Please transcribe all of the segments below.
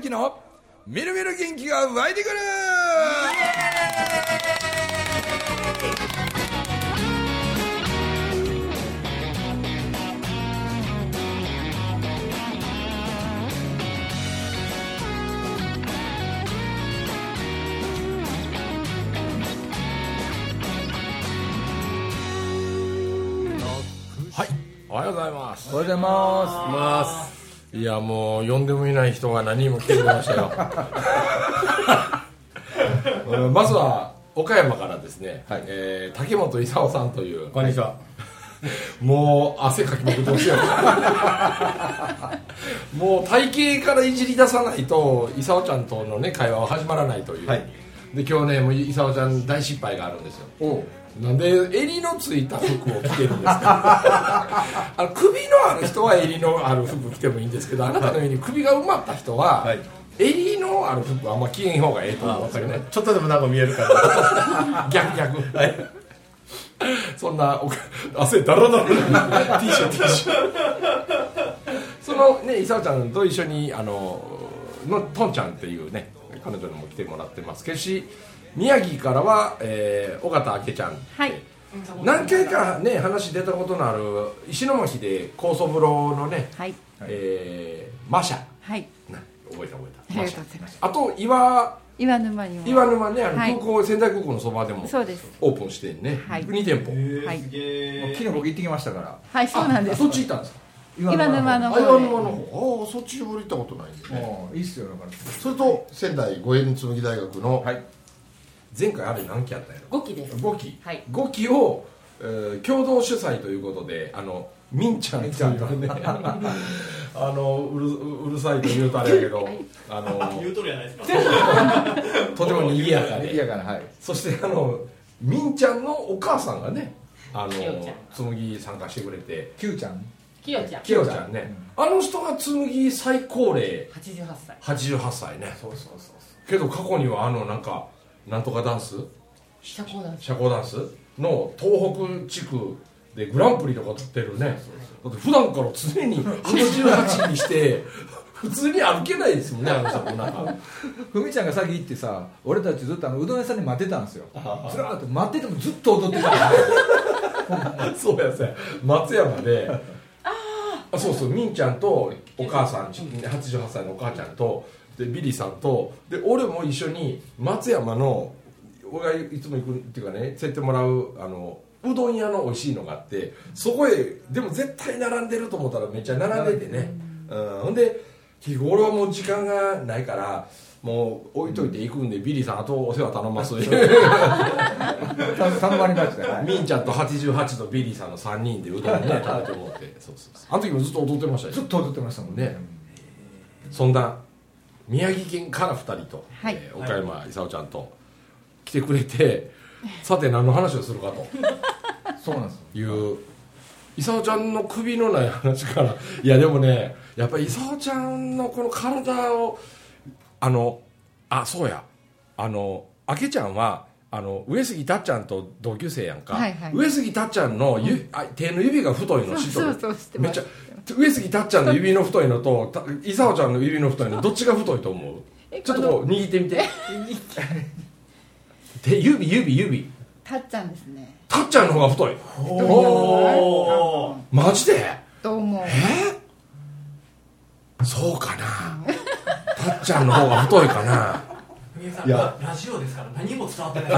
きのみるみる元気が湧いてくるはい、おはようございます。おはようございまます。いや、もう呼んでもいない人が何人も来てくれました よ。うんまずは岡山からですね、はいえー竹本勲さんという、こんにちは。 もう汗かきまくってほしいよ もう体型からいじり出さないと勲ちゃんとのね会話は始まらないという、はいで今日ねもう勲ちゃん大失敗があるんですよすおうなんで襟のついた服を着てるんですかあの首のある人は襟のある服着てもいいんですけどあなたのように首が埋まった人は、はい襟のある服はあんま着へん方がええと思うんですよねちょっとでもなんか見える から。逆逆そんなおか汗だらだら T シャツ T シャツそのね伊沢ちゃんと一緒にあののとんちゃんっていうね彼女にも来てもらってますけどし宮城からは、えー、尾形明ちゃんはい。何回かね話出たことのある石巻で高層風呂のね、はい。えーマシャはい。な覚えた覚えあたりマがシとャうございます。あと岩岩沼にも。岩沼ねあのはい空港、仙台空港のそばでもそうです。オープンしてね、はい2店舗はい。昨日僕行ってきましたからはい、そうなんです。そっち行ったんですか岩沼のあ方で。岩沼の方ああそっち俺行ったことないですねもういいっすよだからそれと仙台五円紬大学のはい前回あれ何期あったんやろ五期です。 5期、はい5期を、えー共同主催ということであのみんちゃんちゃんとねあのうるうるさいと言うとあれやけどあの言うとるやないですか。 とても賑やか賑でやかなはいそしてあのみんちゃんのお母さんがねあのきよちゃん紬参加してくれてキューちゃんきよちゃん。きよちゃんね、あの人が紬最高齢八十八歳。 88歳ねそうそうそうそけど過去にはあのなんかなんとかダンス社交ダンス。社交ダンスの東北地区でグランプリとか取ってるねだって普段から常に88にして普通に歩けないですもんねあの人もなんかうふみちゃんが先行ってさ俺たちずっとあのうどん屋さんで待ってたんですよずらーっと待っててもずっと踊ってたから そうやそうや松山であそうそうみんちゃんとお母さん88歳のお母ちゃんとでビリーさんとで俺も一緒に松山の俺がいつも行くっていうかね連れてもらうあのうどん屋の美味しいのがあってそこへでも絶対並んでると思ったらめっちゃ並んでてね、うん、ほんで結局俺はもう時間がないからもう置いといて行くんで、ビリーさんあとお世話頼ます3番に出してはいみんちゃんと88とビリーさんの3人でうどんをね食べてもらってそうそうそうあの時もずっと踊ってましたずっよと踊ってましたもんねそんな宮城県から2人と、はいえー岡山功ちゃんと来てくれてさて何の話をするかとそうなんですよいう功ちゃんの首のない話からいやでもねやっぱり功ちゃんのこの体をあのあそうやあのあけちゃんはあの上杉たっちゃんと同級生やんか、はいはい上杉たっちゃんのゆ、あ手の指が太いの知っとそうるそう、してめまっちすゃ。上杉たっちゃんの指の太いのとた功ちゃんの指の太いのどっちが太いと思うえちょっとこう握ってみて 手指指指たっちゃんですね。たっちゃんの方が太いおーマジでどうも。えそうかなたっちゃんの方が太いかな皆さいんやラジオですから何も伝わってない。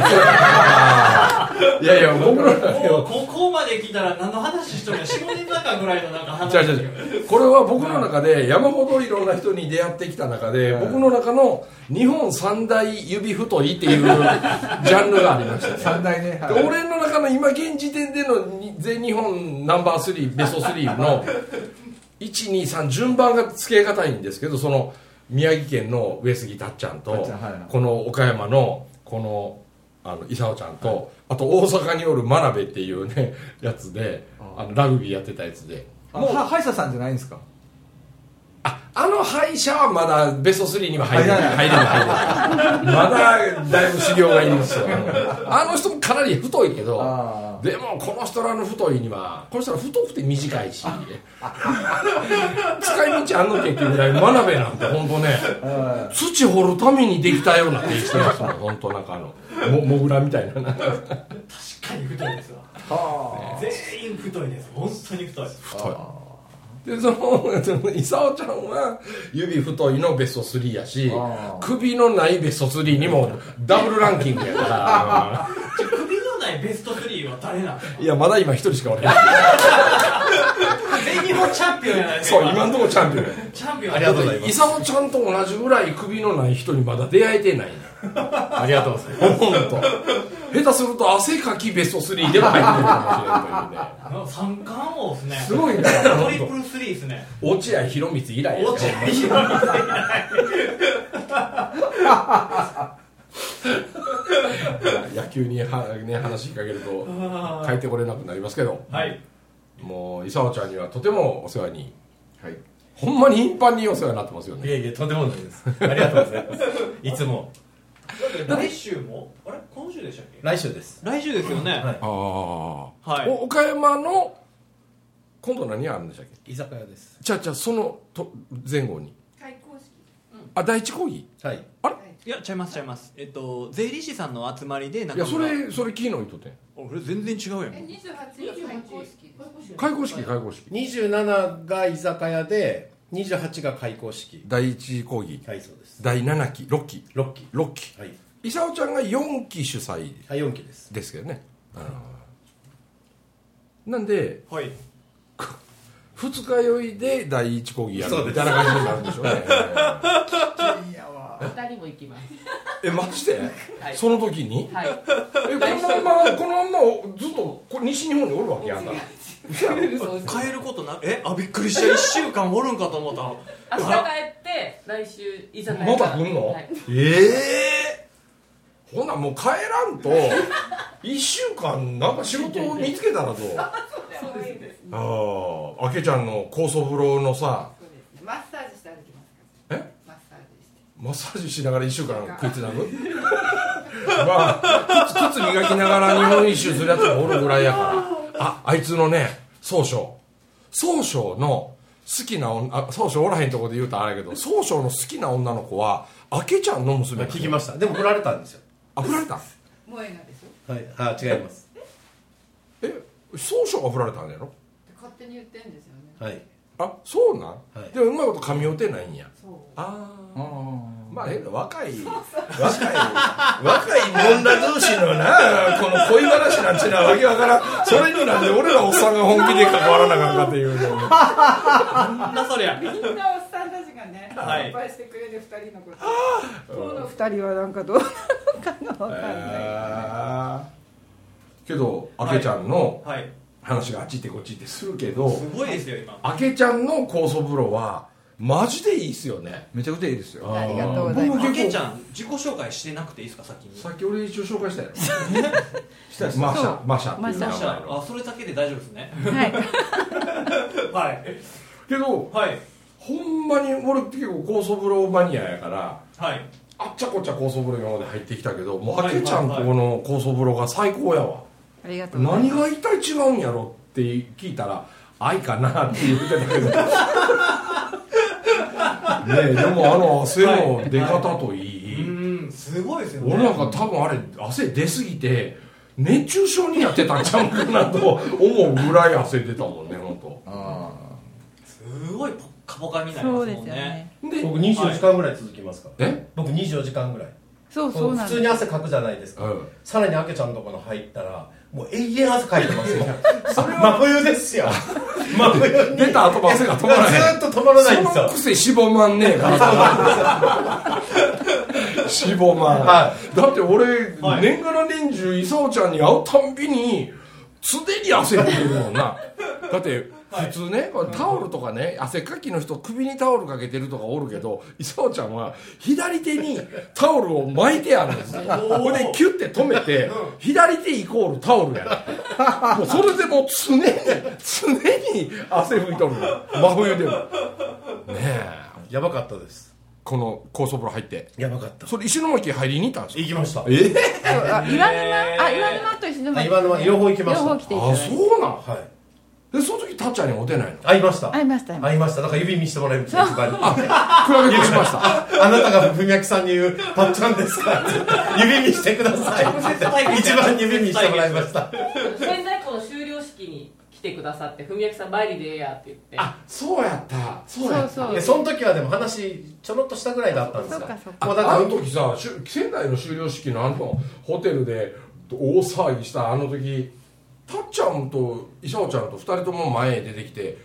いやいや僕の 中でもうはここまで聞いたら何の話しとるや四五年中ぐらいのなんか話。違う違う違うこれは僕の中で山ほどいろんな人に出会ってきた中で僕の中の日本三大指太いっていうジャンルがありましたね3大ねで俺の中の今現時点でのに全日本ナンバー3ベスト3の123順番が付けがたいんですけどその宮城県の上杉たっちゃんとたっちゃんはいこの岡山のこのあの功ちゃんとあと大阪におる真鍋っていうね やつであのラグビーやってたやつでもう歯医者さんじゃないんですかああの歯医者はまだベスト3には入れない入入れない入れないまだだいぶ修行がいるん ですよあの人もかなり太いけどあでもこの人らの太いにはこの人ら太くて短いし使い道あんのけっていうぐらい真鍋なんて本当ねあ土掘るためにできたような手してますもん本当なんかあのもモグラみたいななんか確かに太いですわは全員太いです本当に太い太いでそのその伊沢ちゃんは指太いのベスト3やしあー首のないベスト3にもダブルランキングやからじゃあ首のないベスト3は誰なんですかいやまだ今一人しかおれない全日本チャンピオンやないですか そう今んとこチャンピオンやチャンピオンありがとうございます伊沢ちゃんと同じぐらい首のない人にまだ出会えてない ありがとうございます本当下手すると汗かきベスト3では入ってるかもしれないます三冠王ですねすごいねトリプルスリーですねというね落合博満以来やね落ちないよ野球には、 ね、話しかけるとあー帰ってこれなくなりますけどはいもう伊沢ちゃんにはとてもお世話にはいほんまに頻繁にお世話になってますよいねえいえとんでもないですありがとうございますいつも来週もあれ今週でしたっけ来週です来週ですよねはいああはいお岡山の今度何があるんでしたっけ居酒屋ですじゃあじゃあそのと前後に開講式あ第一講義はいいやちゃいますちゃいますえっと税理士さんの集まりでないやそれそれ昨日言っとってん俺全然違うやえん二十八日開講式です開講式開講式27が居酒屋で28が開講式第一講義はいそうです第7期6期6期6期はい伊沢ちゃんが4期主催はい4期ですですけどねあのなんではい二日酔いで第一講義やそうるですみたいな感じになるんでしょうね二人も行きます。えマジで、はいその時に はい。えこのままこのままずっとこ西日本におるわけやんか変えることなえあびっくりした1週間おるんかと思った明日帰って、来週、居酒屋から。また来んのはい。ええほなもう帰らんと1週間なんか仕事を見つけたらどうそうですあああけちゃんの高層風呂のさマッサージして歩きますからえマッサージしてマッサージしながら1週間食いつなぐ まあ靴靴磨きながら日本一周するやつがおるぐらいやからああいつのね総称総称の好きな女あ総称おらへんとこで言うとあれやけど総称の好きな女の子はあけちゃんの娘聞きましたでも振られたんですよあ振られた萌えなでしょはいあ違いますえ総称が振られたんやろ勝手に言ってんですよねはいあそうなん、はいでもうまいこと噛み合うてないんやそうあああまあ、ええの若い、若い、若い女同士のな、この恋話なんちゅうのはわけわからん。それになんで俺らおっさんが本気で関わらなあかんかっていうのになんだそりゃみんなおっさんたちがねはい心配してくれる二人のことこの二人はなんかどうなのかがわかんないけど、あけちゃんの はい話があっち行ってこっち行ってするけど、すごいですよ今あけちゃんの高層風呂は、マジでいいっすよね。めちゃくちゃいいですよありがとうござい僕もますあ結け構ちゃん自己紹介してなくていいですか先にさっき俺一応紹介したやろ。したらマさシャ、マシャっていう名あ前のそれだけで大丈夫ですねはい はいけど、はいほんまに俺結構高層風呂マニアやから、はいあっちゃこっちゃ高層風呂今まで入ってきたけどもうはいあけちゃんとこの高層風呂が最高やわありがとうござい何ますが一体違うんやろって聞いたら愛かなって言ってたけど ねえでもあの汗の出方といい、うんすごいですよね俺なんか多分あれ汗出すぎて熱中症になってたんちゃうかなと思うぐらい汗出たもんね本当。あすごいポッカポカになりそまうすですもよんねねで僕24時間ぐらい続きますからえ僕24時間ぐらいそうそうなんで普通すに汗かくじゃないですかうんさらにあけちゃんのところ入ったらもう永遠汗かいてますよ それは真冬ですよ真冬に出た後も汗が止まらへんずーっと止まらないそんですのよくせしぼまんねえからしぼまん、はだって俺、はい年がら年中伊沢ちゃんに会うたんびに常に汗出てるもんなだってはい普通ね、タオルとかね汗かきの人首にタオルかけてるとかおるけど伊沢ちゃんは左手にタオルを巻いてあるんですよほんでキュッて止めて、左手イコールタオルや なもうそれでもう常に常に汗拭いとるの真冬でもねえやばかったですこの高速風呂入ってやばかったそれ石巻入りに行ったんですか行きましたえあ岩沼あ岩沼と石あ巻岩沼両方行きました両方来ていただあいてそうなんはいでその時タッチャーに会うてないの会いました会いました会いま会いましたなんか指見せてもらえるんですよ一番に比べ越しましたあなたが文明さんに言う「たっちゃんですか?」指にしてください」一番指にしてもらいました仙台校の修了式に来てくださって「文明さん参りでええや」って言ってあ そうやったそうそうやったそうでその時はでも話ちょろっとしたぐらいだったんでそすうがかそうあもうだからあの時さしゅ仙台の修了式のあのホテルで大騒ぎしたあの時タッちゃんとイシャオちゃんと2人とも前へ出てきて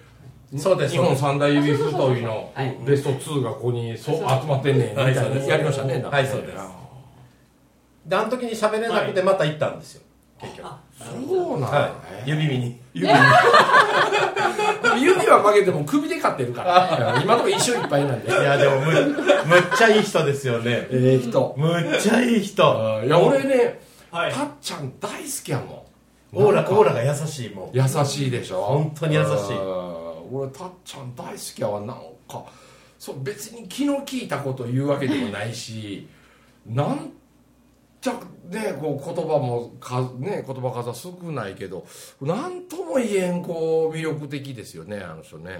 そうです日本三大指太いのあそうそうそうそうはいベスト2がここにそう集まってんねんみたはいいそうでなすやりましたねなんかはいそうですであの時に喋れなくてまた行ったんですよ結局そうなんだはいね指見に指指は曲げても首で勝ってる から今のところ一緒いっぱいなんでいやでもむむっちゃいい人ですよねええ人むっちゃいい人いや俺ねはたいっちゃん大好きやもんオーなラんかオーラが優しいもん優しいでしょ本当に優しいうん俺たっちゃん大好きやわなんかそう別に気の利いたこと言うわけでもないし なんちゃねこう言葉もかね言葉数は少ないけどなんとも言えんこう魅力的ですよねあの人ね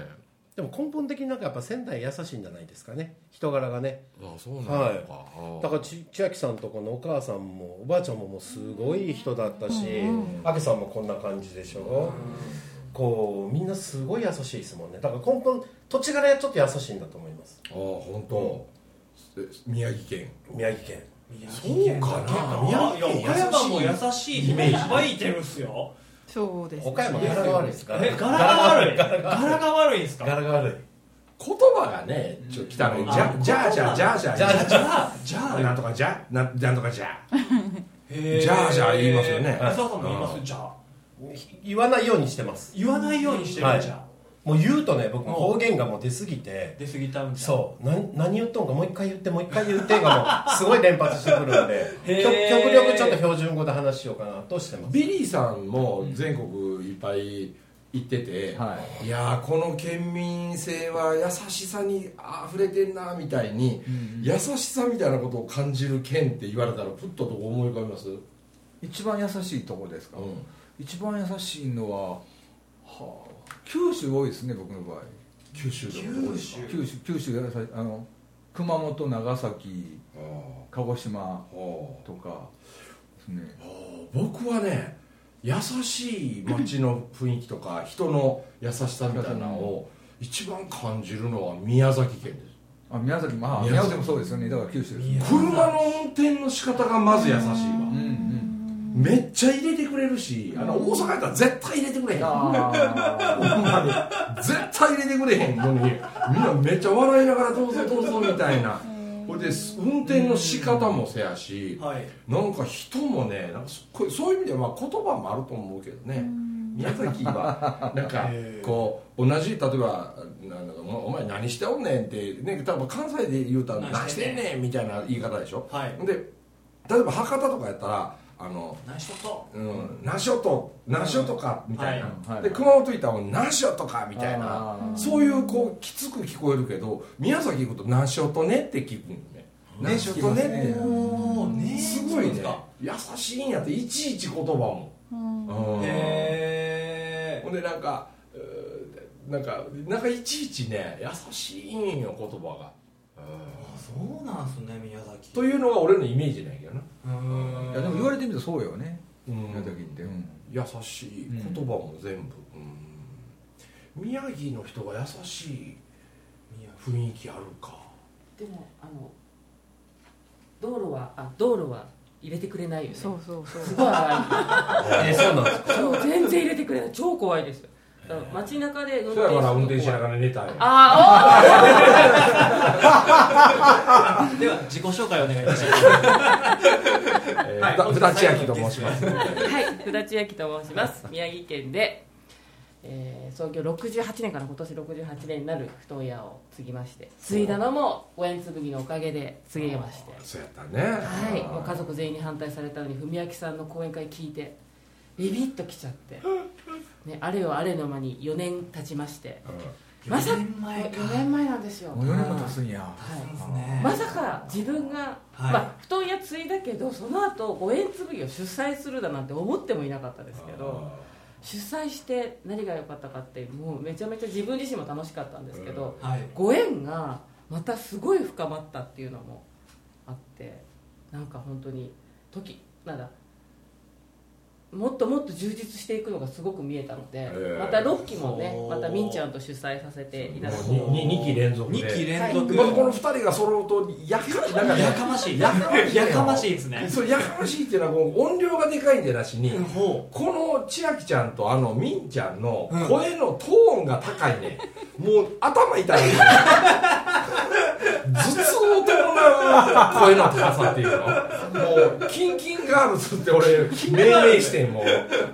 でも根本的になんかやっぱ仙台優しいんじゃないですかね人柄がねあそうなのか、はいあだからち千秋さんとこのお母さんもおばあちゃんももうすごい人だったし阿部さんもこんな感じでしょこうみんなすごい優しいですもんねだから根本土地柄ちょっと優しいんだと思いますあ本当、え宮城県宮城県そうかなやいや岡山も優いしいイメージ入ってるんすよそうです岡山柄が悪いですからえ柄が悪い柄が悪いんすか柄が悪い言葉がねちょっと汚い、うんじゃあじゃあじゃあじゃあじゃあじゃあじゃあじゃあなんとかじゃななんとかじゃへーじゃあじゃあ言いますよね伊沢さんも言いますじゃあ言わないようにしてます言わないようにしてはるいじゃあもう言うとね僕も方言がもう出過ぎて出過ぎたんじゃんそうな何言っとんかもう一回言ってもう一回言ってがもうすごい連発してくるん でへー極極力ちょっと標準語で話しようかなとしてますビリーさんも全国いっぱい行ってて、い、やーこの県民性は優しさにあふれてんなみたいに、優しさみたいなことを感じる県って言われたらふっとどこ思い浮かびます、うん一番優しいとこですか、一番優しいのは、はあ、九州多いですね僕の場合九州でもどこですか九州九州優しいあの熊本長崎あー鹿児島あーとかですね僕はね優しい街の雰囲気とか人の優しさみたいなのを一番感じるのは宮崎県ですあ宮崎もあ宮宮崎崎もそうですよねだから九州ですね車の運転の仕方がまず優しいわうんうんめっちゃ入れてくれるしあの大阪やったら絶対入れてくれへんほんあまに絶対入れてくれへんのにみんなめっちゃ笑いながらどうぞどうぞみたいなほいで運転の仕方もせやしはいなんか人もねなんかすっごいそういう意味ではまあ言葉もあると思うけどね宮崎はなんかこう同じ例えばなんだかおお前何しておんねん」って、ね、多分関西で言うたら「何何ししててんんねん」みたいな言い方でしょ、はいで例えば博多とかやったら「あの何しとうん、何しようと何しようとか」みたいな、はいはいで熊本行ったら「何しようと か」みたいなあーそういうこうきつく聞こえるけど宮崎行くと「何しようとね」って聞くんだよね「何しようとね」って聞きますねおーねすごいねそう優しいんやっていちいち言葉も、うんですかへほんでなんかうーなんかなんかいちいちね優しいんよ言葉が、ーあそうなんすね宮崎というのが俺のイメージなんやけどなうーあんいやでも言われてみるとそうよねうん宮崎ってうん優しい言葉も全部、うん宮城の人が優しい宮崎雰囲気あるかでもあの道路はあ道路は入れてくれないよねそうそうそうすごい荒 えそうなんですかいそう全然入れてくれない超怖いですよだから街中で運それから運転しならがら寝たんやあでは自己紹介お願いいたし えはーいふたふたちやきと申しますあーはい福田千秋と申します宮城県で、えー創業68年から今年68年になる布団屋を継ぎまして継いだのもご縁紬のおかげで継げましてそうやったねはい、もう家族全員に反対されたのに文明さんの講演会聞いてビビッときちゃって、ね、あれよあれの間に4年経ちまして、まさか4年前か4年前なんですよもう4年も経つんやはいすねまさか自分が、はいまあ、布団屋継いだけどその後五円紬を主催するだなんて思ってもいなかったですけど主催して何が良かったかってもうめちゃめちゃ自分自身も楽しかったんですけど、はいご縁がまたすごい深まったっていうのもあってなんか本当に時なんだもっともっと充実していくのがすごく見えたので、えまた6期もねそうまたみんちゃんと主催させていただきにに二期連続で2期連続またこの二人が揃うとやかなんかねや かましいやかましいですねそれやかましいっていうのはこう音量がでかいんじゃなしに、ほこの千秋ちゃんとあのみんちゃんのうん声のトーンが高いね、もう頭痛い ね頭痛を伴う声の高さっていうのもうキンキンガールズって俺命名してんもう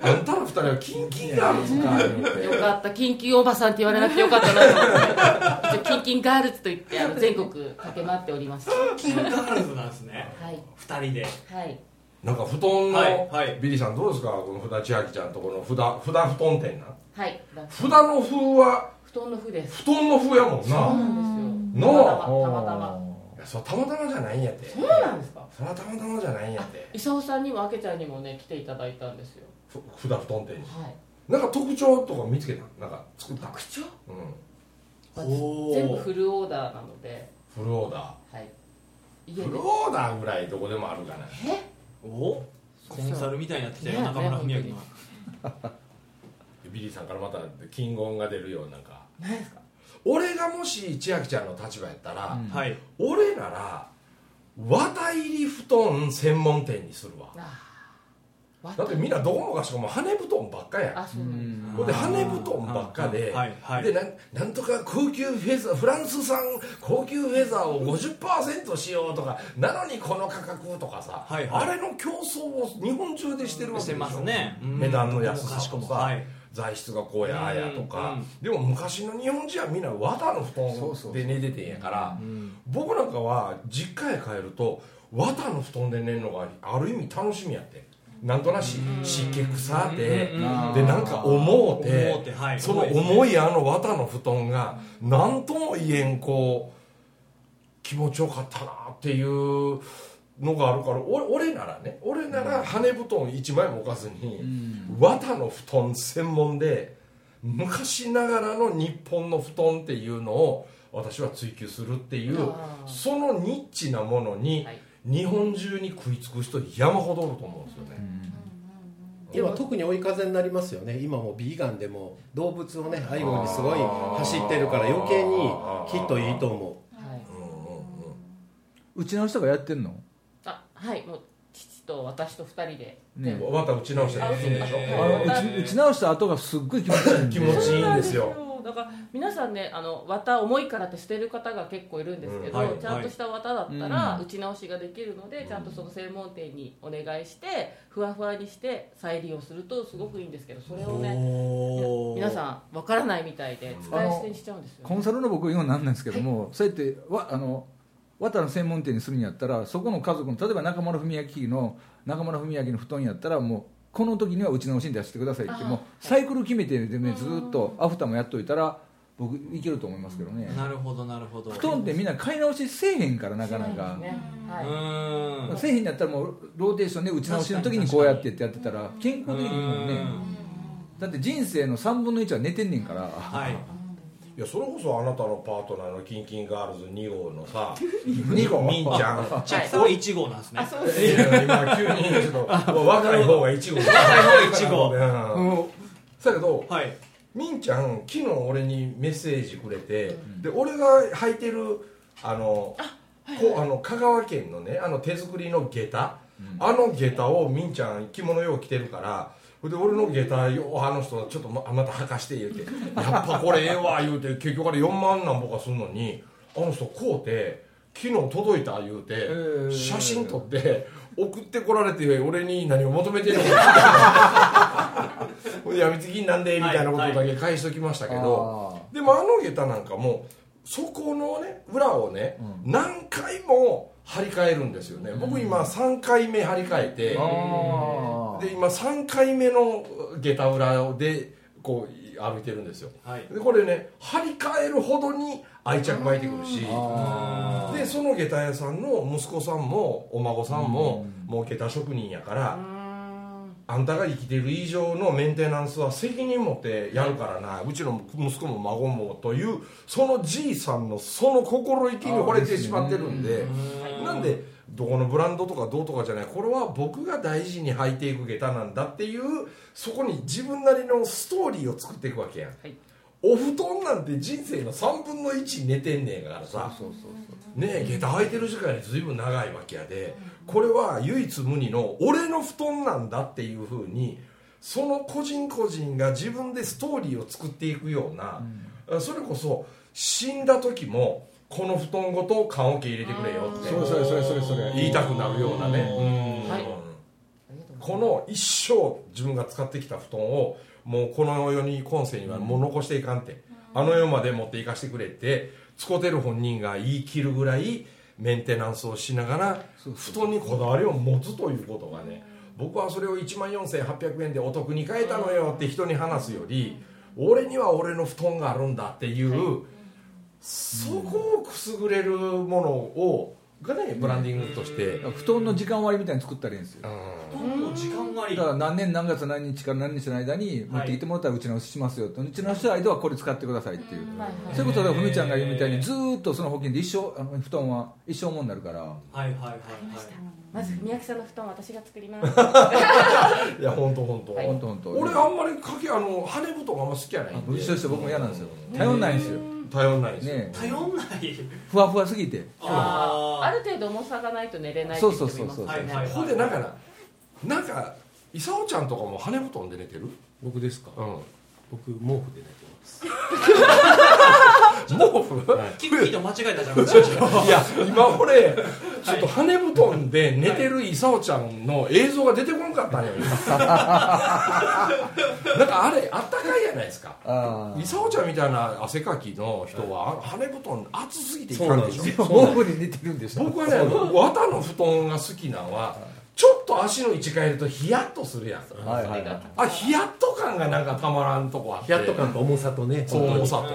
あんたら二人はキンキンガールズか言うてよかった、キンキンおばさんって言われなくてよ かったなと思って、一応キンキンガールズと言って、あの全国駆け回っております。はうキンガールズなんですねい、 2人ではい、なんか布団の、はいはいビリーさんどうですかこの札千秋ちゃんとこの札札布団店なはい、札の風は布団の布です。布団の風やもんそうななんですよ。のたまたま。いやそれたまたまじゃないんやってたまたまそうなんですか。それはたまたまじゃないんやって伊沢さんにもあけちゃんにもね、来ていただいたんですよ。ふ札布団店にはい。なんか特徴とか見つけたなんか作った口調。うんまあおー全部フルオーダーなので。フルオーダはい。家ーでフ。ルオーダーぐらいどこでもあるかなおコンサルみたいになってきたよね中村文明のビリーさんからまた金言が出るようなんかないですか。俺がもし千秋ちゃんの立場やったら、うんはい俺なら綿入り布団専門店にするわあだってみんなどこもかしこも羽布団ばっかやんあ、そううなんでんす。ほんで羽布団ばっかで,、はいはいでなんなんとか高級フェザーフランス産高級フェザーを50%しようとかなのにこの価格とかさ、はいはいあれの競争を日本中でしてるわけしでてしょますねうん値段の安さとどこもかしか、こもはい材質がこうやああやとか、うんうんでも昔の日本人はみんな綿のそう布そ団うで寝ててんやから僕なんかは実家へ帰ると綿の布団で寝るのがある意味楽しみやってなんとなし湿気臭て、うんうんうんでなんか思うて思うてはいその重いあの綿の布団が何とも言えんこう気持ちよかったなっていうのがあるから俺俺ならね俺なら羽布団1枚も置かずうにん綿の布団専門で昔ながらの日本の布団っていうのを私は追求するっていうあーそのニッチなものにはい日本中に食いつく人山ほどおると思うんですよね、今特に追い風になりますよね今もうビーガンでも動物をね愛護にすごい走ってるから余計にきっといいと思はい。うちの人がやってんのあ、はい、もう父と私と二人で。ねうんまた打ち直してるんでしょ、あの打ち打ち直した後がすっごい気持ちいいんで気持ちいいんですそうよなんですよだから皆さんねあの綿重いからって捨てる方が結構いるんですけど、うんはいちゃんとした綿だったらうん打ち直しができるので、ちゃんとその専門店にお願いしてふわふわにして再利用するとすごくいいんですけどそれをねおー皆さんわからないみたいで使い捨てにしちゃうんですよ、コンサルの僕言うのなんなんですけども、そうやってわあの綿の専門店にするんやったらそこの家族の例えば中村文明の中村文明の布団やったらもうこの時にはうちのおしに出してくださいってあもうサイクル決めてで、ね、ずーっとアフターもやっといたら僕いけると思いますけどねなるほどなるほど布団ってみんな買い直しせえへんからなかなか、ねうはーんせえへんだったらもうローテーションで打ち直しの時にこうやってってやってたら健康的にいいもんねだって人生の3分の1は寝てんねんから、はいいやそれこそあなたのパートナーのキンキンガールズ2号の さ2号みんちゃん千秋さんは1号なんですねあそういや今急にちょっと若い方が1号若 い方が1号だけどはいみんちゃん昨日俺にメッセージくれて、で俺が履いてるあのこうあの香川県のねあの手作りの下駄、あの下駄をみんちゃん着物よう着てるからそれで俺の下駄よあの人ちょっとままた履かして言うて「やっぱこれええわ」言うて結局あれ4万なんぼかすんのにあの人こうて昨日届いた言うてー写真撮って送ってこられて俺に何を求めてんのほんでやみつきになんでみたいなことだけ返しときましたけど、あーでもあの下駄なんかもそこのね裏をね、う何回も張り替えるんですよね、僕今3回目張り替えてあーで今3回目の下駄裏でこう歩いてるんですよはいでこれね張り替えるほどに愛着湧いてくるしでその下駄屋さんの息子さんもお孫さんももう下駄職人やからあんたが生きてる以上のメンテナンスは責任持ってやるからなうちの息子も孫もというそのじいさんのその心意気に惚れてしまってるんでなんでどこのブランドとかどうとかじゃないこれは僕が大事に履いていく下駄なんだっていうそこに自分なりのストーリーを作っていくわけやんはいお布団なんて人生の3分の1寝てんねんからさねえ下駄履いてる時間に随分長いわけやでこれは唯一無二の俺の布団なんだっていうふうにその個人個人が自分でストーリーを作っていくような、それこそ死んだ時もこの布団ごと棺桶入れてくれよってそれそれそれそれ言いたくなるようなね、うんはいありがとうござこいの一生自分が使ってきた布団をもうこの世に今世にはもう残していかんって、あの世まで持っていかしてくれって使てる本人が言い切るぐらいメンテナンスをしながら布団にこだわりを持つということがね僕はそれを1万4800円でお得に買えたのよって人に話すより俺には俺の布団があるんだっていうそこをくすぐれるものをがねブランディングとして。布団の時間割みたいに作ったらいいんですよほとんど時間割だから何年何月何日から何日の間に持ってきてもらったらうち直ししますよと、うち直しの間はこれ使ってくださいっていう、ますはいはいそういうことでふみちゃんが言うみたいにずーっとその保険で一生あの布団は一生もんになるからはいはいはいはいまず宮城さんの布団私が作りますいや本当本当。本当本当俺あんまりかけあの羽根布団があんま好きやないんで。一緒一緒僕も嫌なんですよ頼んないんですよ頼んないですよ。ねえ頼んないふわふわすぎてああーある程度重さがないと寝れないって人もいますそうそうそうそうよねはいはいほんでなんかななんか伊佐ちゃんとかも羽根布団で寝てる？僕ですか、うん。僕毛布で寝てます 毛布？ーキッキーと間違えたじゃんうちの人いや今俺ちょっと羽根布団で寝てる伊佐ちゃんの映像が出てこ なかったのよ。今なんかあれあったかいじゃないですか。あ伊佐ちゃんみたいな汗かきの人はあ羽根布団暑すぎていそかうんなんででしすょよ。毛布で寝てるんでしょ僕はね綿の布団が好きなのはちょっと足の位置変えるとヒヤッとするやんはいはいはいあヒヤッと感がなんかたまらんとこあってヒヤッと感と重さとねそ本う当に重さと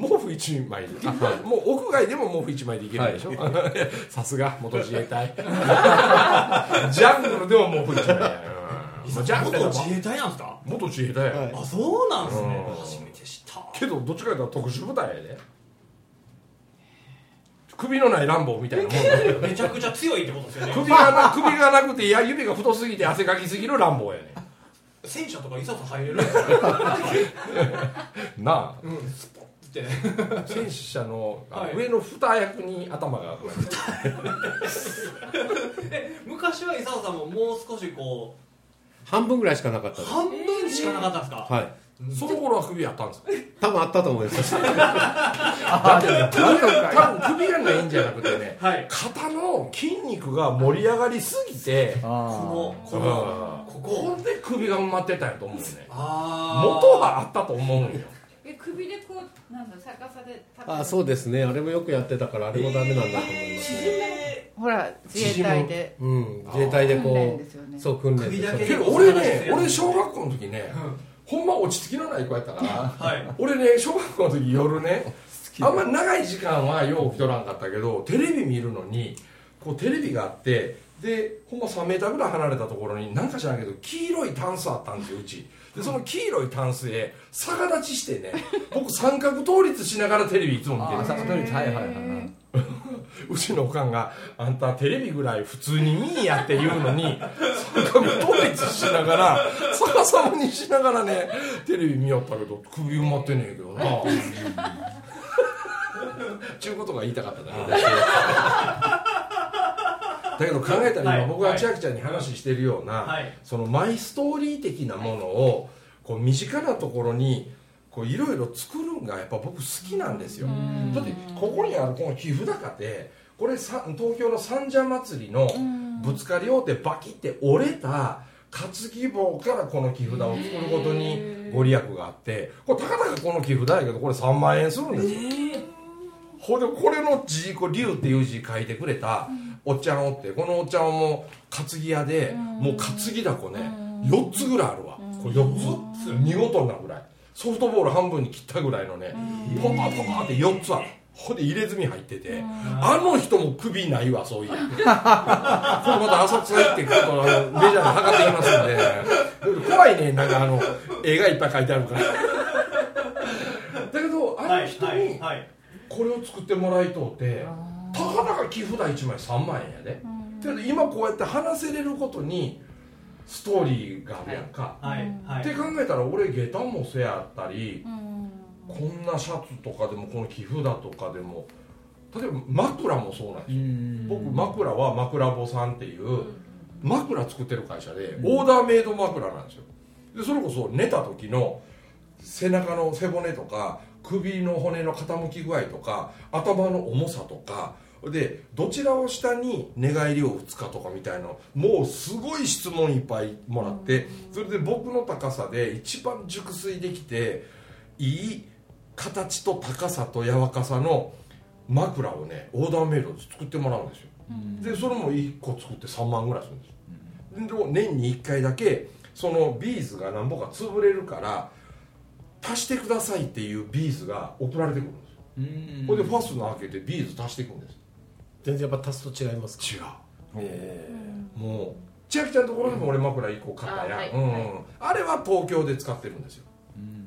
毛布一枚であもう屋外でも毛布一枚でいけるでしょ さすが元自衛 隊ジャングルでも毛布一枚やうん まあジャングルで元も自衛隊なんですか元自衛隊やはいあそうなんですねうん初めて知ったけどどっちかいうと特殊部隊やで首のない乱暴みたいなもんだよめちゃくちゃ強いってことですよね首がな首がなくていや指が太すぎて汗かきすぎる乱暴やね戦車とかいざと入れるんですかなうんスポッってあ戦車の、あはい上の二役に頭がこう 昔は伊沢さんももう少しこ半分ぐらいしかなかったうです半分しかなかったんですか、はいその頃は首やったんですか多分あったと思います 首が多分首がないんじゃなくてねはい肩の筋肉が盛り上がりすぎてこあのここのここで首が埋まってたんやと思うねあー元はあったと思うんよ え首でこうなんだ逆さで立てあそうですねあれもよくやってたからあれもダメなんだと思います、ねえほら自衛隊でうん自衛隊で訓練こですようねそう訓練首でだけけでども俺そうですねよ俺小学校の時ねほんま落ち着きのない子やったからーはい俺ね小学校の時夜ねあんま長い時間はよう起きとらんかったけどテレビ見るのにこうテレビがあってでほんま3メーターぐらい離れたところになんか知らんけど黄色いタンスあったんですようちでその黄色いタンスへ逆立ちしてね僕三角倒立しながらテレビいつも見てるんあです朝よ一人はいはいはいうちのおかんが「あんたテレビぐらい普通に見いや」って言うのに三角倒立しながら逆さまにしながらねテレビ見よったけど首埋まってねえけどなちゅうことが言いたかっただけだけど考えたらは今い僕が千秋ちゃんに話してるような、はいそのマイストーリー的なものをこう身近なところにこういろいろ作るんがやっぱ僕好きなんですよだってここにあるこの木札かてこれさ東京の三社祭りのぶつかり合うてバキって折れた担ぎ棒からこの木札を作ることにご利益があってこれたかたかこの木札やけどこれ3万円するんですよほんでこれの字こう龍っていう字書いてくれたおっちゃんおってこのおっちゃんはもう担ぎ屋でもう担ぎだこね4つぐらいあるわここれ4つ見事なぐらいソフトボール半分に切ったぐらいのねポンパンポンパンって4つあるほんで入れ墨入っててあの人も首ないわそういうまた浅草行ってこのメジャーで測ってきますんで怖いねなんかあの絵がいっぱい書いてあるからだけどあの人に、はいはいこれを作ってもらいとうてたかだか木札1枚3万円やでけど今こうやって話せれることにストーリーがあるやんか、はいはいって考えたら俺下駄もせやったりう、んこんなシャツとかでもこの木札とかでも例えば枕もそうなんですよ、僕枕は枕坊さんっていう枕作ってる会社でオーダーメイド枕なんですよでそれこそ寝た時の背中の背骨とか首の骨の傾き具合とか頭の重さとかでどちらを下に寝返りを打つかとかみたいなもうすごい質問いっぱいもらってそれで僕の高さで一番熟睡できていい形と高さと柔らかさの枕をねオーダーメイドで作ってもらうんですよでそれも1個作って3万ぐらいするんですでも年に1回だけそのビーズが何本か潰れるから足してくださいっていうビーズが送られてくるんですよこれでファスナー開けてビーズ足していくんです全然やっぱ足すと違いますか違う、もう千秋ちゃんのところでも俺枕1個買ったやん、あはいうんうんあれは東京で使ってるんですよ、うん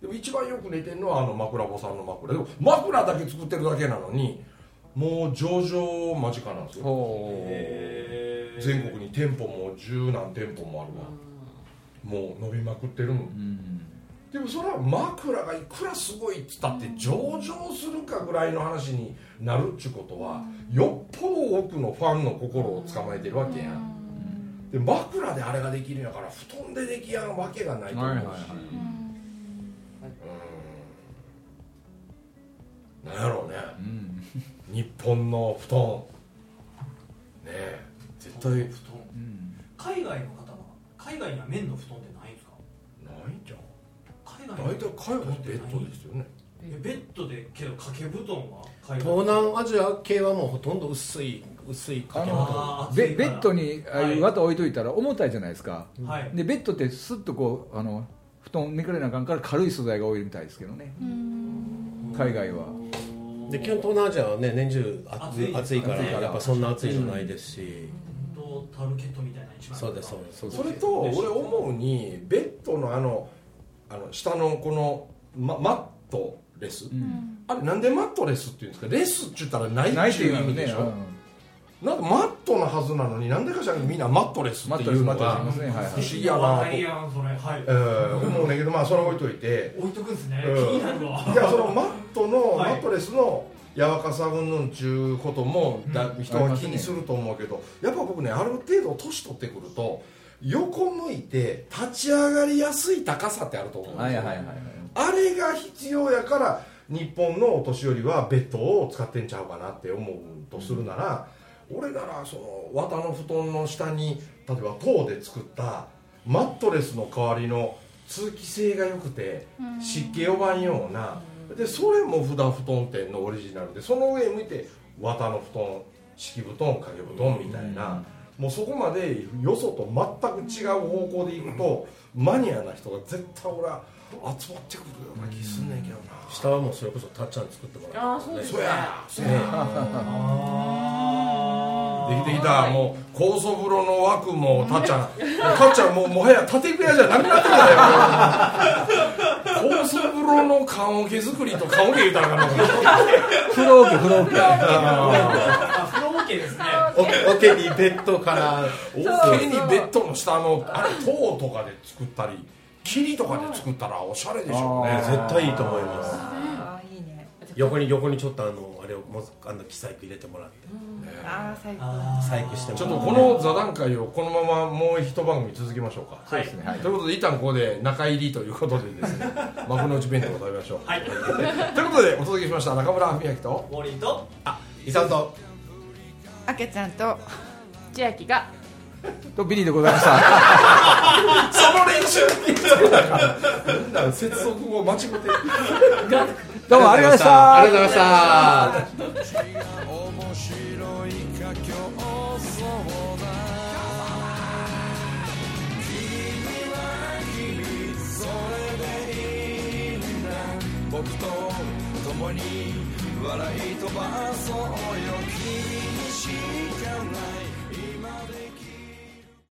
でも一番よく寝てるのはあの枕坊さんの枕でも枕だけ作ってるだけなのにもう上場間近なんですよ全国に店舗も十何店舗もあるわもう伸びまくってるのでもそれは枕がいくらすごいっつったって上場するかぐらいの話になるっちゅうことはよっぽど多くのファンの心を捕まえてるわけやんで枕であれができるんやから布団でできやんわけがないと思うし、はいはいはいうんなんやろうね日本の布団ねえ絶対ないん布団海外の方は海外には綿の布団ってないんですかじゃん海外大の体海外ベッドですよねえベッドでけど掛け布団は海東南アジア系はもうほとんど薄い薄い掛け布団あー暑いベかベらッドにああいう綿置いといたら重たいじゃないですか、はい、はいでベッドってスッとこうあの布団めくれなあかんから軽い素材が多いみたいですけどね海外はで基本東南アジアはね年中暑い暑暑いいから暑いからやっぱそんな暑いじゃないですし、とタオルケットみたいな一枚そうですそうですそうですそれと俺思うにベッドのあのあの下のこの、ま、マットレス、あれなんでマットレスっていうんですかレスって言ったらないないっってていいうう意の味ねでしょ、うんなんかマットなはずなのになんでかしらんけどみんなマットレスマってッいうトレスマのットがレスありますねはい不思議やなといやんそれはい、えー思うねんけどまあそれは置いといて置いとくんですね、うん気になるわいやそのマットの、はいマットレスの柔らかさうんぬんちゅうこともだ人は気にすると思うけどやっぱ僕ねある程度年取ってくると横向いて立ち上がりやすい高さってあると思うんですよはいはいはいはいあれが必要やから日本のお年寄りはベッドを使ってんちゃうかなって思うとするなら、俺ならその綿の布団の下に例えば籐で作ったマットレスの代わりの通気性が良くて湿気呼ばんようなでそれも普段布団店のオリジナルでその上向いて綿の布団敷布団掛け布団みたいな、もうそこまでよそと全く違う方向でいくと、マニアな人が絶対俺は集まってくるような気すんねんけどな、下はもうそれこそたっちゃん作ってもらああそうですそねやそやあできてきたもう高層風呂の枠もたっちゃんたっちゃんもうもはや建具屋じゃなくなってきたよ高層風呂の棺桶作りと棺桶言うたらあかんのかな風呂桶風呂桶 ーあ風呂桶ですねうおおけにベッドから大きにベッドの下のあれ塔とかで作ったり霧とかで作ったらおしゃれでしょうね絶対いいと思いますあーいいね横に横にちょっとあのあれをもうあの木細工入れてもらってあー最高細工してもちらょっってとこの座談会をこのままもう一番組続けましょうかそうですねはいということで一旦ここで中入りということでですね幕の内弁当を食べましょう、はいということでお届けしました中村文明とウォリーと伊沢とあけちゃんと千秋がとビリーでございましたその練習につけたからみんな接続語間違ってどうもありがとうございましたありがとうございました「君はと共に笑い飛ばそうよ君にしかない